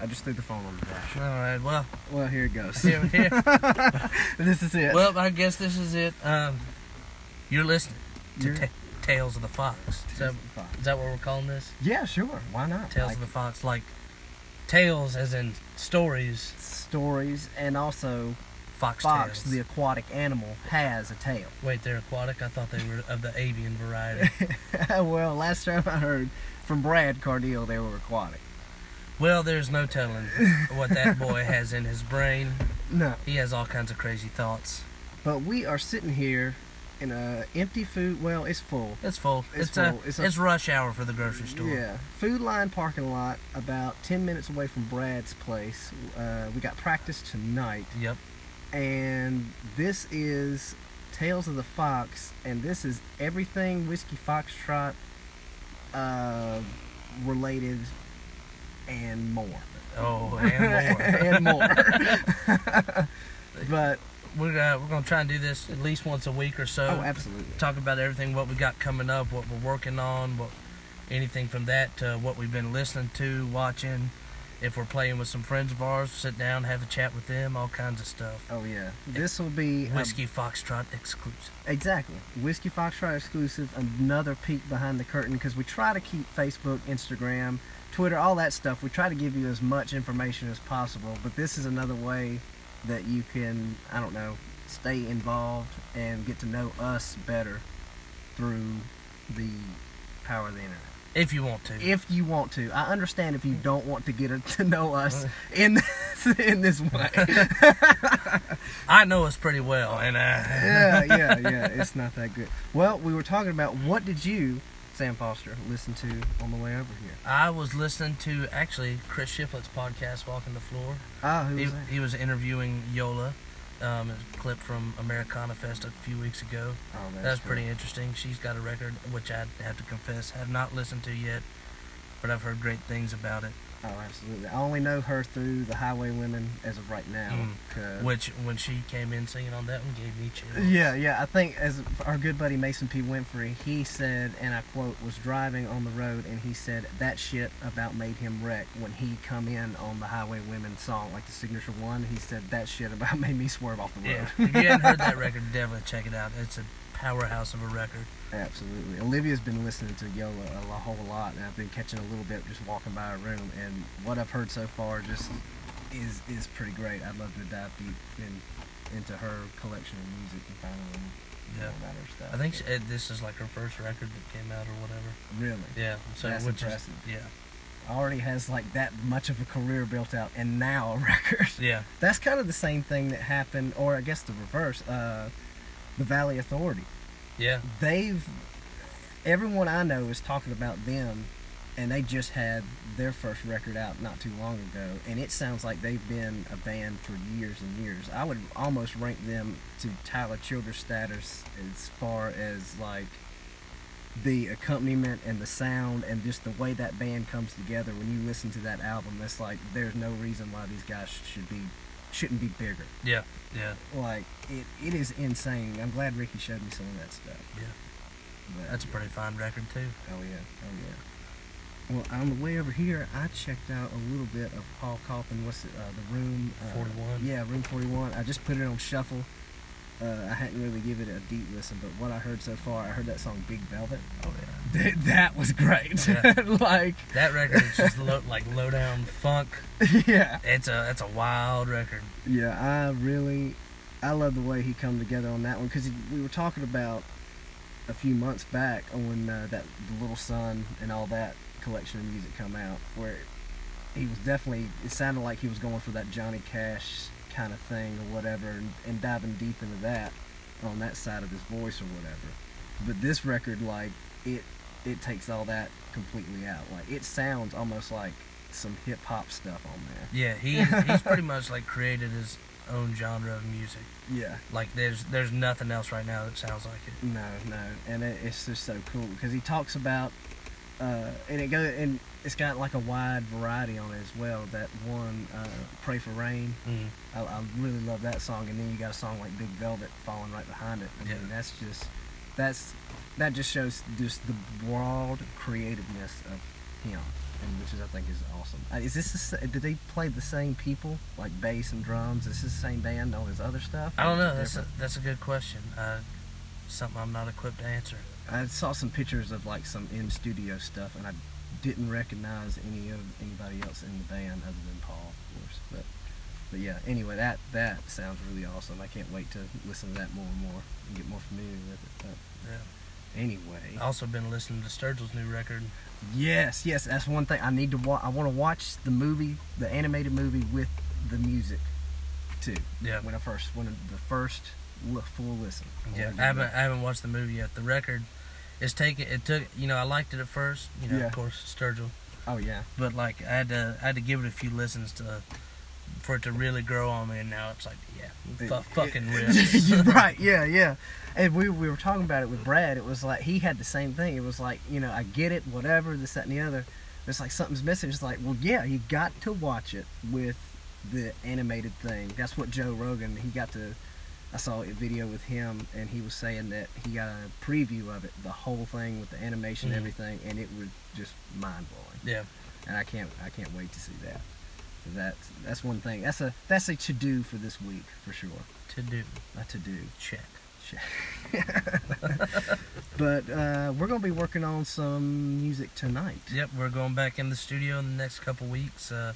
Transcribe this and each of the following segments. I just threw the phone on the dash. All right. Well, Well, here it goes. here, here. this is it. well, I guess this is it. Um, you're listening to You're- ta- Tales of the Fox. Is that, is that what we're calling this? yeah, sure. Why not? Tales Like, of the Fox, like tales as in stories. stories and also Fox, fox, tales. the aquatic animal, has a tail. Wait, they're aquatic. I thought they were of the avian variety. well, last time I heard from Brad Cardeal, they were aquatic. well, there's no telling what that boy has in his brain. No, He has all kinds of crazy thoughts. but we are sitting here in a empty food. Well, it's full. It's full. It's It's, uh full. It's it's, a- rush hour for the grocery store. Yeah, food line parking lot, about ten minutes away from Brad's place. Uh, we got practice tonight, Yep. and this is Tales of the Fox, and this is everything Whiskey Foxtrot uh, related and more. Oh, and more. and more. but we're uh, we're gonna try and do this at least once a week or so. oh, absolutely. Talk about everything, what we got coming up, what we're working on, what anything from that to what we've been listening to, watching. If we're playing with some friends of ours, sit down, have a chat with them, all kinds of stuff. Oh yeah, this will be a- Whiskey Foxtrot exclusive. exactly whiskey foxtrot exclusive. Another peek behind the curtain because we try to keep Facebook, Instagram, Twitter, all that stuff. We try to give you as much information as possible, but this is another way that you can I don't know stay involved and get to know us better through the power of the internet. If you want to. if you want to. I understand if you don't want to get to know us in this, in this way. I know us pretty well, and uh, yeah, yeah, yeah. It's not that good. Well, we were talking about what did you, Sam Foster, listen to on the way over here? I was listening to actually Chris Shiflett's podcast, Walking the Floor. Ah, who He, was that? he was interviewing Yola, um, a clip from Americana Fest a few weeks ago. Oh, That's cool. pretty interesting. She's got a record, which I have to confess, have not listened to yet, but I've heard great things about it. Oh, absolutely. I only know her through the Highway Women as of right now. Mm. 'cause- Which, when she came in singing on that one, gave me chills. Yeah, yeah. I think as our good buddy Mason P. Winfrey, he said, and I quote, was driving on the road, and he said that shit about made him wreck when he come in on the Highway Women song, like the signature one. He said that shit about made me swerve off the road. Yeah. if you hadn't heard that record, definitely check it out. It's a powerhouse of a record. Absolutely. Olivia's been listening to Yola a lo- whole lot, and I've been catching a little bit just walking by her room, and what I've heard so far just is is pretty great. I'd love to dive deep in, into her collection of music and find out more Yeah. about her stuff. I think she, uh, this is like her first record that came out or whatever. really. Yeah. So That's which impressive. is yeah, already has like that much of a career built out and now a record. yeah. That's kind of the same thing that happened, or I guess the reverse. Uh, the Valley Authority. Yeah, They've everyone I know is talking about them, and they just had their first record out not too long ago, and it sounds like they've been a band for years and years. I would almost rank them to Tyler Childers status as far as like the accompaniment and the sound and just the way that band comes together when you listen to that album it's like there's no reason why these guys should be shouldn't be bigger yeah, yeah, like it, it is insane i'm glad ricky showed me some of that stuff yeah. but, That's a pretty fine record too. oh yeah oh yeah well on the way over here i checked out a little bit of paul Coffin. what's it, uh, the room uh, 41. yeah room 41 i just put it on shuffle uh, i hadn't really given it a deep listen but what i heard so far i heard that song big velvet Oh yeah. Th- that was great. Yeah. like, That record is just low, like low down funk. yeah, It's a it's a wild record. yeah. I really, I love the way he come together on that one because we were talking about a few months back on when uh, that the Little Sun and all that collection of music come out, where he was definitely. It sounded like he was going for that Johnny Cash kind of thing or whatever, and, and diving deep into that on that side of his voice or whatever. But this record, like, it it takes all that completely out. Like, it sounds almost like some hip hop stuff on there. Yeah, he he's pretty much like created his own genre of music. Yeah. Like there's there's nothing else right now that sounds like it. No, no, and it, it's just so cool because he talks about, uh, and it go and it's got like a wide variety on it as well. That one, uh, "Pray for Rain," Mm. I, I really love that song, and then you got a song like "Big Velvet" falling right behind it. I Yeah. mean, that's just that's that just shows just the broad creativeness of him. and which is I think is awesome. Uh, Is this the, sa- do they play the same people like bass and drums? Is this the same band on his other stuff? I don't Or is know. it That's a, different? that's a good question. Uh, something I'm not equipped to answer. I saw some pictures of like some in studio stuff, and I didn't recognize any of anybody else in the band other than Paul, of course. But but yeah, anyway, that that sounds really awesome. I can't wait to listen to that more and more and get more familiar with it. But Yeah. anyway, Also been listening to Sturgill's new record. yes, yes, that's one thing I need to watch. I want to watch the movie, the animated movie with the music too. Yeah. When I first when the first li- full listen. wanna Yeah, do I haven't that. I haven't watched the movie yet. The record is taking it took you know I liked it at first you know Yeah. of course Sturgill, Oh yeah. but like I had to I had to give it a few listens to for it to really grow on me, and now it's like yeah, fu- fucking rips. You're right. Yeah, yeah. And we we were talking about it with Brad. It was like he had the same thing. It was like you know I get it, whatever this that and the other. It's like something's missing. It's like well yeah, you got to watch it with the animated thing. That's what Joe Rogan he got to. I saw a video with him and he was saying that he got a preview of it, the whole thing with the animation, Mhm. and everything, and it was just mind blowing yeah, and I can't I can't wait to see that. That's that's one thing. That's a that's a to do for this week for sure. to do A to do. check. But uh, we're gonna be working on some music tonight. Yep, we're going back in the studio in the next couple weeks. Uh,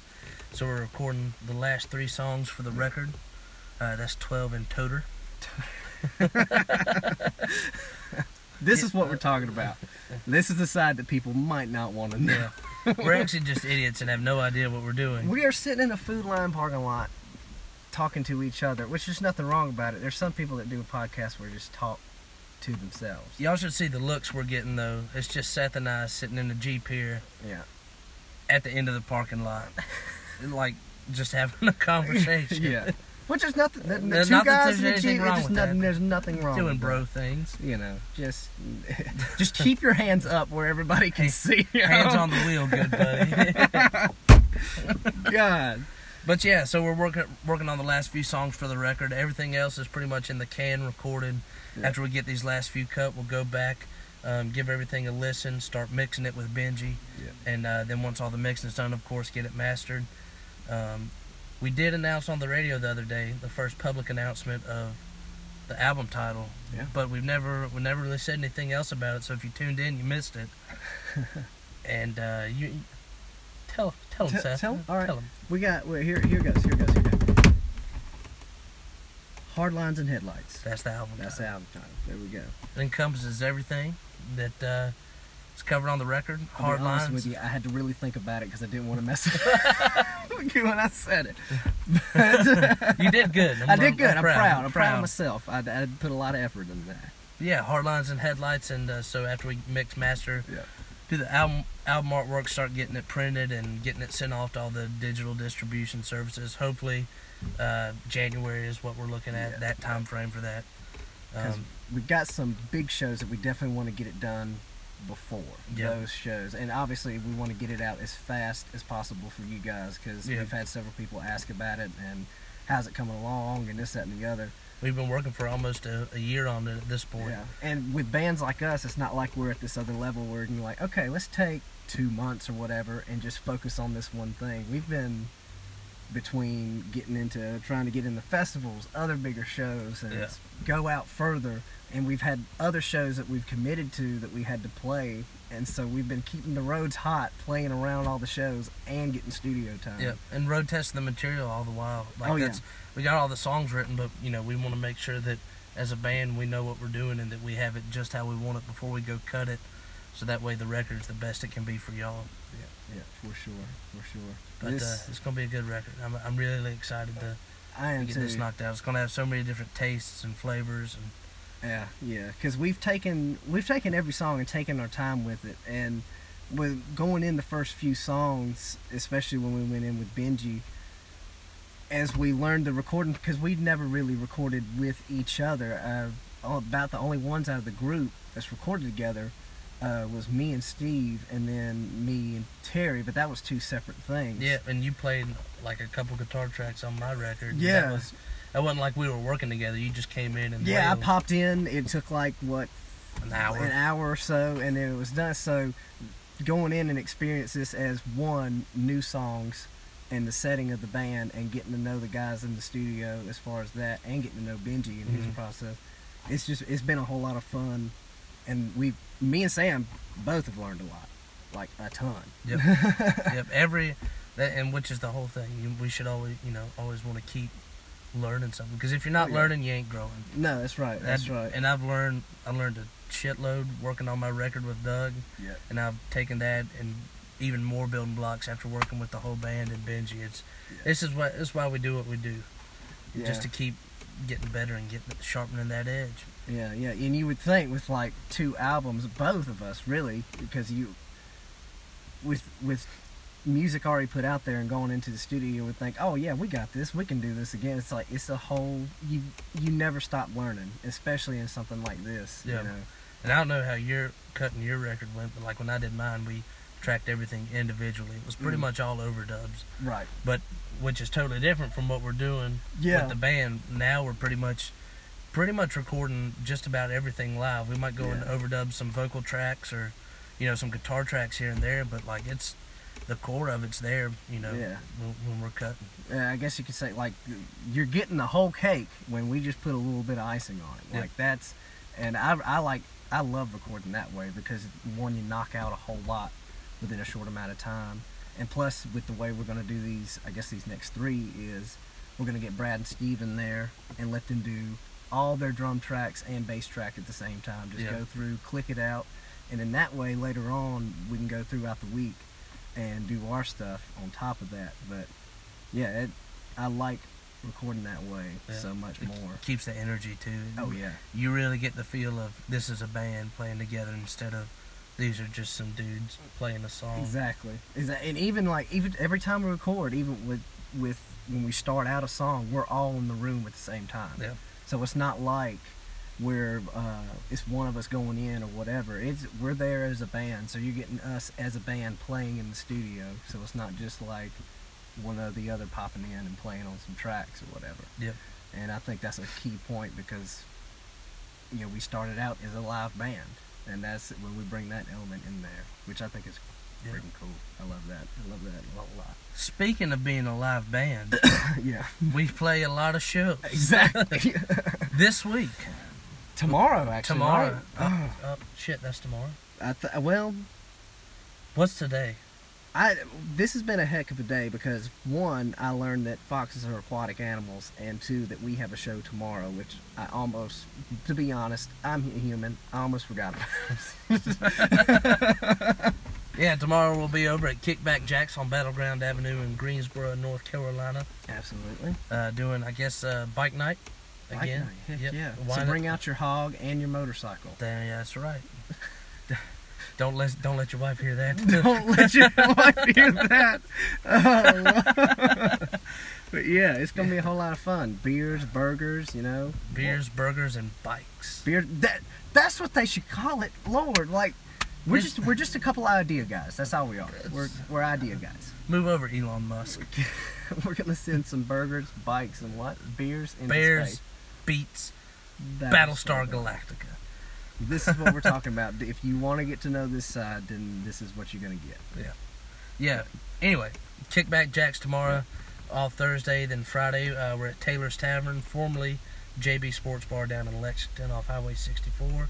so we're recording the last three songs for the record. Uh, that's twelve in toter. This is what we're talking about. This is the side that people might not want to know. Yeah, we're actually just idiots and have no idea what we're doing. We are sitting in a food line parking lot talking to each other, which is nothing wrong about it. There's some people that do a podcast where they just talk to themselves. Y'all should see the looks we're getting though. It's just Seth and I sitting in the Jeep here Yeah. at the end of the parking lot. And, like just having a conversation. yeah. Which is nothing. The, There's two not that guys in there's the anything Jeep, wrong it's just with nothing, that. there's nothing wrong Doing with bro things. you know, just just keep your hands up where everybody can see. you. Hands on the wheel, good buddy. God. but yeah, so we're working working on the last few songs for the record. Everything else is pretty much in the can recorded. Yeah. After we get these last few cut, we'll go back, um, give everything a listen, start mixing it with Benji. and uh, then once all the mixing is done, of course, get it mastered. Um, we did announce on the radio the other day the first public announcement of the album title, Yeah. but we've never we never really said anything else about it. So if you tuned in, you missed it. and uh, you you- tell tell him Tell- Seth. tell 'em? All right. him. We got well, here. Here goes. Here goes. Here goes. Hard lines and headlights. That's the album. That's the title. album title. There we go. It encompasses everything that uh, is covered on the record. I'll be Hard honest lines. With you, I had to really think about it because I didn't want to mess it up when I said it. But- You did good. I'm, I did I'm- good. I'm proud. I'm proud, proud. of myself. I, I put a lot of effort in that. Yeah, hard lines and headlights, and uh, so after we mix master, Yeah. do the album album artwork, start getting it printed and getting it sent off to all the digital distribution services. Hopefully, uh, January is what we're looking at Yeah. that time frame for that. 'Cause Um, we got some big shows that we definitely want to get it done before Yeah. those shows and obviously we want to get it out as fast as possible for you guys because Yeah. we've had several people ask about it and how's it coming along and this that and the other we've been working for almost a, a year on it at this point. yeah and with bands like us it's not like we're at this other level where you're like okay let's take two months or whatever and just focus on this one thing we've been between getting into trying to get into festivals, other bigger shows, and Yeah. it's go out further. And we've had other shows that we've committed to that we had to play, and so we've been keeping the roads hot, playing around all the shows, and getting studio time. Yeah, and road testing the material all the while. Like Oh, yeah. that's we got all the songs written, but you know we want to make sure that as a band we know what we're doing and that we have it just how we want it before we go cut it, so that way the record's the best it can be for y'all. yeah, for sure, for sure. But This- uh, it's gonna be a good record. I'm, I'm really excited to, I to am get too. this knocked out. It's gonna have so many different tastes and flavors. And Yeah, yeah, because we've taken we've taken every song and taken our time with it, and with going in the first few songs, especially when we went in with Benji, as we learned the recording because we'd never really recorded with each other. Uh, all, about the only ones out of the group that's recorded together uh, was me and Steve, and then me and Terry, but that was two separate things. yeah, and you played like a couple guitar tracks on my record. and Yeah. that was that wasn't like we were working together. You just came in and yeah. I wailed popped in. It took like what an hour. an hour or so, and then it was done. So going in and experience this as one new songs and the setting of the band and getting to know the guys in the studio as far as that and getting to know Benji and his Mhm. process. It's just it's been a whole lot of fun, and we, me and Sam, both have learned a lot, like a ton. yep. Every that and which is the whole thing. You, we should always, you know, always want to keep learning something because if you're not Oh, yeah. learning, you ain't growing. No, that's right. That's That- right. And I've learned. I learned a shitload working on my record with Doug, yeah. and I've taken that and even more building blocks after working with the whole band and Benji. It's Yeah. this is what this is why we do what we do, Yeah. just to keep getting better and getting sharpening that edge. Yeah, yeah, and you would think with like two albums, both of us really, because you with with music already put out there and going into the studio, you would think, oh yeah, we got this, we can do this again. It's like it's a whole you you never stop learning, especially in something like this. Yeah. You know? And I don't know how your cutting your record went, but like when I did mine, we tracked everything individually. It was pretty Mhm. much all overdubs, Right. which is totally different from what we're doing Yeah. with the band. Now we're pretty much pretty much recording just about everything live. We might go and Yeah. overdub some vocal tracks or you know some guitar tracks here and there, but like it's the core of it's there. You know Yeah. when, when we're cutting. uh, I guess you could say like you're getting the whole cake when we just put a little bit of icing on it. Yeah. Like that's, and I, I like I love recording that way because one you knock out a whole lot within a short amount of time, and plus with the way we're gonna do these, I guess these next three is we're gonna get Brad and Steve in there and let them do all their drum tracks and bass track at the same time. Just Yeah. go through, click it out, and then that way later on we can go throughout the week and do our stuff on top of that. But yeah, it, I like recording that way Yeah. mm-hmm. so much It more. keeps the energy too. Oh yeah, you really get the feel of this is a band playing together instead of these are just some dudes playing a song. exactly. Is that and even like even every time we record, even with with when we start out a song, we're all in the room at the same time. Yeah. So it's not like we're uh, it's one of us going in or whatever. It's we're there as a band, so you're getting us as a band playing in the studio. So it's not just like one of the other popping in and playing on some tracks or whatever. Yep. And I think that's a key point because you know we started out as a live band, and that's when we bring that element in there, which I think is Yeah. freaking cool. I love that. I love that a lot. Speaking of being a live band, yeah. we play a lot of shows. Exactly. This week, tomorrow, Uh, actually. tomorrow. right? Oh, oh, shit, that's tomorrow. I th- well, What's today? I this has been a heck of a day because one, I learned that foxes are aquatic animals, and two, that we have a show tomorrow, which I almost, to be honest, I'm a human. I almost forgot about. Yeah, tomorrow we'll be over at Kickback Jacks on Battleground Avenue in Greensboro, North Carolina, Absolutely. uh, doing, I guess, uh, bike night Like, again. heck Yep. yeah. Why so not? bring out your hog and your motorcycle. There, yeah, that's right. don't let don't let your wife hear that. Don't let your wife hear that. Oh. but yeah, it's gonna be a whole lot of fun. Beers, burgers, you know. Beers, burgers, and bikes. Beer. That that's what they should call it. Lord, like we're This- just we're just a couple of idea guys. That's all we are. We're we're idea guys. Move over, Elon Musk. We're gonna send some burgers, bikes, and what beers into Bears space. beats That's Battlestar what- Galactica. This is what we're talking about. If you want to get to know this side, then this is what you're gonna get. Yeah. Anyway, Kickback Jacks tomorrow, all Thursday, then Friday uh, we're at Taylor's Tavern, formerly JB Sports Bar down in Lexington off Highway 64.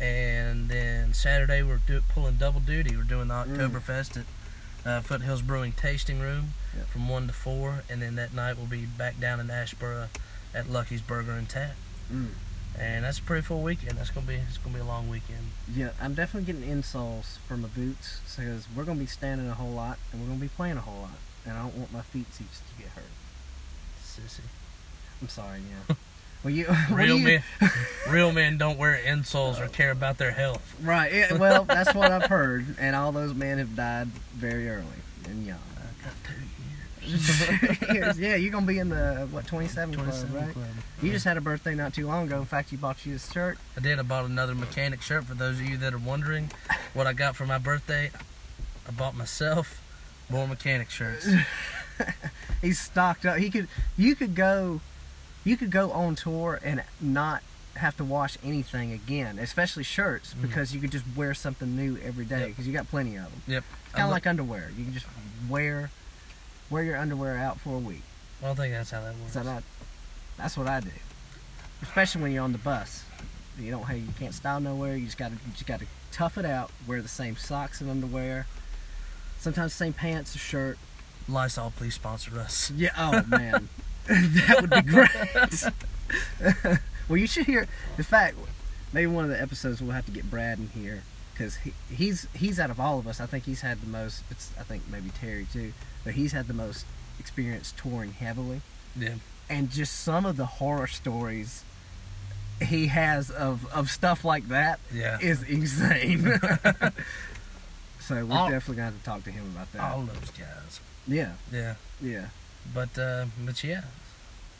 And then Saturday we're do- pulling double duty. We're doing the Mm. Oktoberfest at uh, Foothills Brewing Tasting Room Yeah. from 1 to 4. And then that night we'll be back down in Ashboro at Lucky's Burger and Tap. Mm. And that's a pretty full weekend. That's gonna be it's gonna be a long weekend. Yeah, I'm definitely getting insoles for my boots because we're gonna be standing a whole lot and we're gonna be playing a whole lot, and I don't want my feetsies to get hurt. Sissy. I'm sorry, yeah. well, you what do Real you- men, real men don't wear insoles or care about their health. right? Yeah, well, that's what I've heard, and all those men have died very early and young. yeah, you're gonna be in the what 27, club, right? You just had a birthday not too long ago. In fact, you bought you this shirt. I did. I bought another mechanic shirt. For those of you that are wondering, what I got for my birthday, I bought myself more mechanic shirts. He's stocked up. He could, you could go, you could go on tour and not have to wash anything again, especially shirts, Mhm. because you could just wear something new every day Yep. because you got plenty of them. Yep. Kind I of lo- like underwear. You can just wear wear your underwear out for a week. I don't think that's how that works. So that that's what I do. Especially when you're on the bus. You don't have you can't style nowhere, you just gotta you just gotta tough it out, wear the same socks and underwear. Sometimes same pants or shirt. Lysol, please sponsor us. Yeah oh man. that would be great. well you should hear the fact maybe one of the episodes we'll have to get Brad in here because he, he's he's out of all of us I think he's had the most it's I think maybe Terry too but he's had the most experience touring heavily Yeah. and just some of the horror stories he has of, of stuff like that Yeah. is insane. so we're All- definitely going to have to talk to him about that. All those guys. Yeah, Yeah. yeah. But uh, but yeah.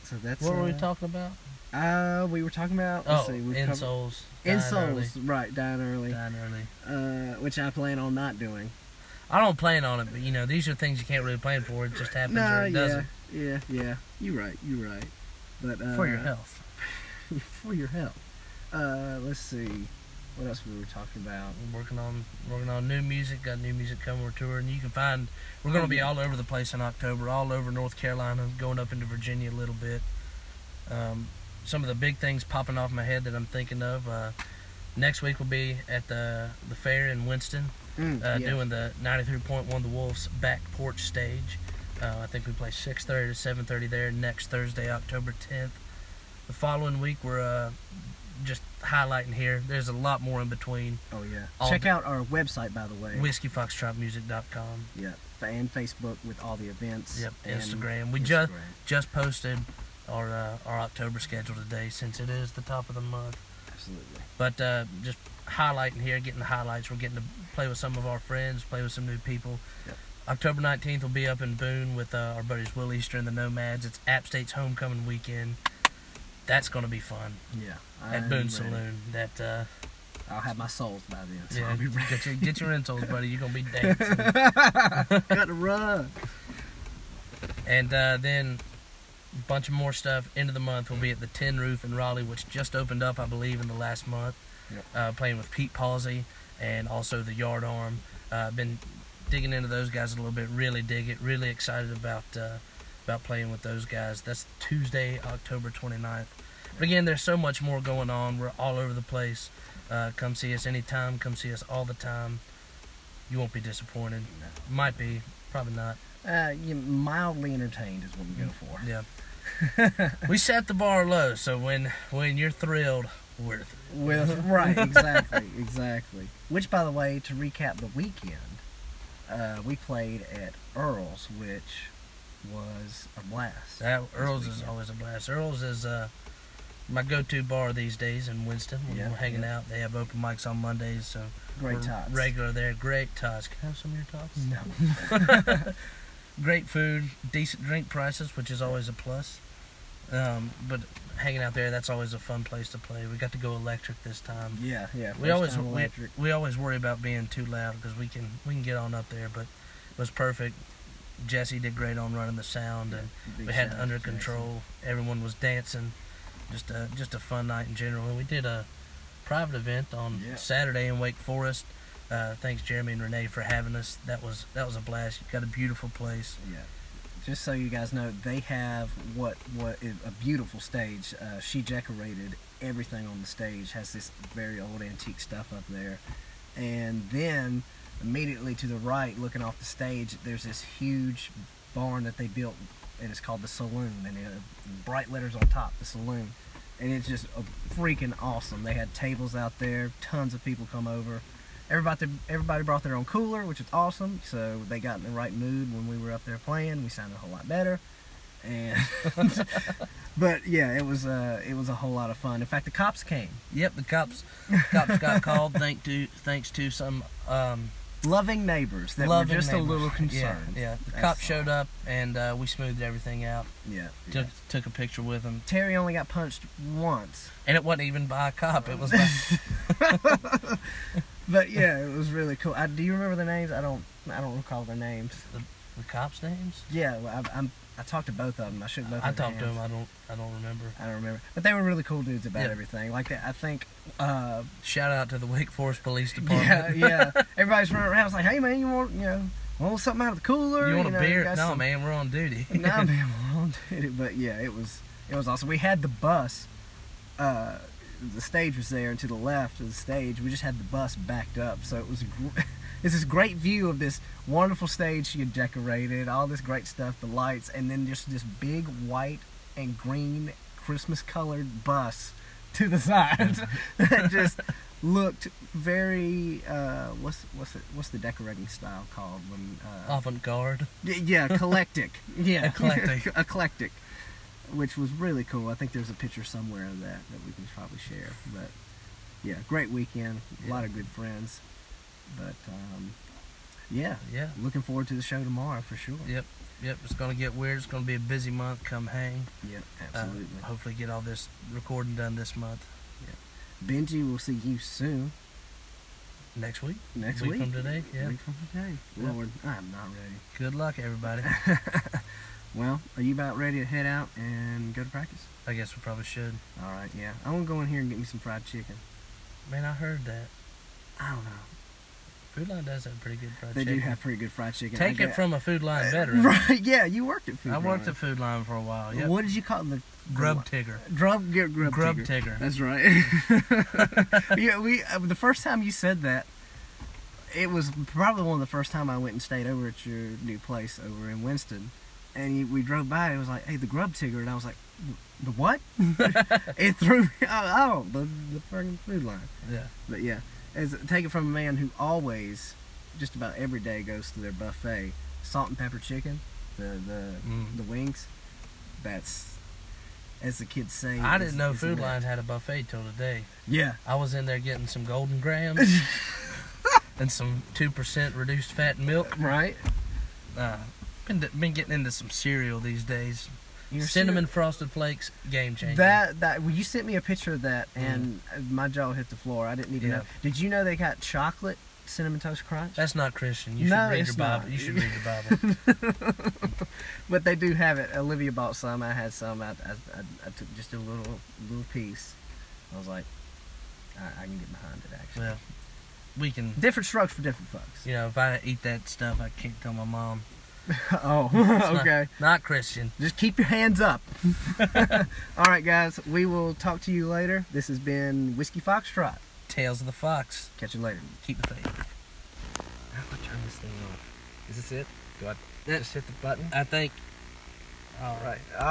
So that's What were we uh, talking about? Uh, we were talking about. Oh, Let's see, we covered- insoles. dying early, Insoles, right? Dying early, dying early. uh, which I plan on not doing. I don't plan on it, but you know these are things you can't really plan for. It just happens no, or it yeah, doesn't. yeah, yeah. You're right. You're right. But uh, for your health. for your help. Uh, let's see, what else we were talking about. We're working on working on new music. Got new music coming. We're touring. You can find. We're going to be all over the place in October. All over North Carolina. Going up into Virginia a little bit. Um, some of the big things popping off my head that I'm thinking of. Uh, next week will be at the the fair in Winston. Mm, uh, yeah. doing the 93.1 The Wolves back porch stage. Uh, I think we play 6:30 to 7:30 there next Thursday, October 10th. The following week we're uh, just highlighting here. There's a lot more in between. Oh yeah. All Check the- out our website by the way. WhiskeyFoxtrotMusic.com. yeah. And Facebook with all the events. Yep. and Instagram. We just Instagram. just posted our uh, our October schedule today since it is the top of the month. absolutely. But uh, just highlighting here, getting the highlights. We're getting to play with some of our friends, play with some new people. Yep. October 19th, we'll be up in Boone with uh, our buddies Will Easter and the Nomads. It's App State's homecoming weekend. That's going to be fun Yeah. at I'm Boone ready. Saloon. That uh, I'll have my souls by then. So yeah, I'll be get your ready. get your rentals, buddy. You're going to be dancing. Gotta run. And uh, then a bunch of more stuff. End of the month, we'll be at the Tin Roof in Raleigh, which just opened up, I believe, in the last month. Yep. Uh, playing with Pete Palsy and also the Yard Arm. Uh, been digging into those guys a little bit. Really dig it. Really excited about uh, about playing with those guys. That's Tuesday, October 29th. But again, there's so much more going on. We're all over the place. Uh, come see us anytime. Come see us all the time. You won't be disappointed. Might be, probably not. Uh, you mildly entertained is what we go for. Yeah. we set the bar low, so when when you're thrilled, we're thrilled. With right, exactly, exactly. Which, by the way, to recap the weekend, uh, we played at Earl's, which was a blast. That Earl's weekend. is always a blast. Earl's is uh, my go-to bar these days in Winston. When Yeah, we're hanging yeah. out, they have open mics on Mondays, so Great we're times. Regular there, great tots. Can I have some of your tots? No. Great food, decent drink prices, which is always a plus. Um, but hanging out there, that's always a fun place to play. We got to go electric this time. Yeah, yeah. we first always time we, we always worry about being too loud because we can we can get on up there, but it was perfect. Jesse did great on running the sound, and Big we shout had it out under to Jason. control. Everyone was dancing, just a just a fun night in general. And we did a private event on Yeah. Saturday in Wake Forest. Uh, thanks Jeremy and Renee for having us. That was that was a blast. You've got a beautiful place. Yeah. Just so you guys know, they have what what is a beautiful stage. Uh, she decorated everything on the stage. Has this very old antique stuff up there, and then immediately to the right, looking off the stage, there's this huge barn that they built, and it's called the Saloon, and it bright letters on top, the Saloon, and it's just a freaking awesome. They had tables out there, tons of people come over. Everybody, everybody brought their own cooler, which is awesome. So they got in the right mood when we were up there playing. We sounded a whole lot better, and but yeah, it was uh, it was a whole lot of fun. In fact, the cops came, Yep, the cops cops got called. Thank to thanks to some um, loving neighbors that Loving were just neighbors. a little Yeah, concerned. Yeah, the That's cops all. showed up and uh, we smoothed everything out. yeah. Took took a picture with them, Terry only got punched once, and it wasn't even by a cop. It was by, but yeah, it was really cool. I, do you remember the names? I don't. I don't recall their names. the cops' names? Yeah, well, I, I'm, I talked to both of them. I shook both. I of their talked to hands. them. I don't. I don't remember. I don't remember, but they were really cool dudes about Yeah. everything. Like that, I think. Uh, Shout out to the Wake Forest Police yeah, Department. yeah. Everybody's running around. It's like, hey man, you want you know want something out of the cooler? you want a know, beer? No, got some- man, we're on duty. no, man, we won't do it. But yeah, it was it was awesome. We had the bus. Uh, the stage was there, and to the left of the stage, we just had the bus backed up. So it was a gr- it's this great view of this wonderful stage she had decorated, all this great stuff, the lights, and then just this big white and green Christmas colored bus to the side that just looked very uh, what's what's it, what's the decorating style called when uh, Avant garde. Y- Yeah, eclectic. Yeah, Eclectic. eclectic, which was really cool. I think there's a picture somewhere of that that we can probably share. But yeah, great weekend. A lot of good friends. But um, yeah, Yeah. looking forward to the show tomorrow for sure. Yep. Yep. It's gonna get weird. It's gonna be a busy month. Come hang. Yep, Uh, absolutely. hopefully, get all this recording done this month. Benji, we'll see you soon Next week. next Week week. from today, yeah. Week from today. Yeah. Lord, I'm not ready. Good luck, everybody. Well, are you about ready to head out and go to practice? I guess we probably should. All right, yeah. I'm gonna go in here and get me some fried chicken. Man, I heard that. I don't know. Food Line does have pretty good fried They chicken. do have pretty good fried chicken. Take I it get- from a Food Line veteran. Right, yeah, you worked at Food I worked Line. at Food Line for a while. Yep. What did you call it? The Grub Tigger. Grub, grub, grub, Grub tigger. Tigger. That's right. yeah, we. Uh, the first time you said that, it was probably one of the first time I went and stayed over at your new place over in Winston, and you, we drove by. and It was like, hey, the Grub Tigger, and I was like, the what? it threw me. Oh, oh the the fucking Food Line. Yeah. But yeah, as take it from a man who always, just about every day, goes to their buffet. Salt and pepper chicken, the the Mm. the wings. That's as the kids say. I it's- didn't know it's Food lit. Line had a buffet till today. Yeah, I was in there getting some golden grams and some two percent reduced fat milk. right. Uh, been been getting into some cereal these days. You're Cinnamon serious. frosted flakes, game changer. That that well, you sent me a picture of that, and uh, my jaw hit the floor. I didn't even Mm. Yeah. know. Did you know they got chocolate cinnamon toast crunch? that's not Christian. You No, should read it's your Bible. not. You should read your Bible. But they do have it. Olivia bought some. I had some. I, I, I, I took just a little little piece. I was like, I, I can get behind it actually. well, we can. Different strokes for different folks. You know, if I eat that stuff, I can't tell my mom. oh, It's not- okay. not Christian. Just keep your hands up. All right, guys. We will talk to you later. This has been Whiskey Foxtrot. Tales of the Fox. Catch you later. Keep the faith. How do I turn this thing off? Is this it? Do I That- just hit the button? I think All right.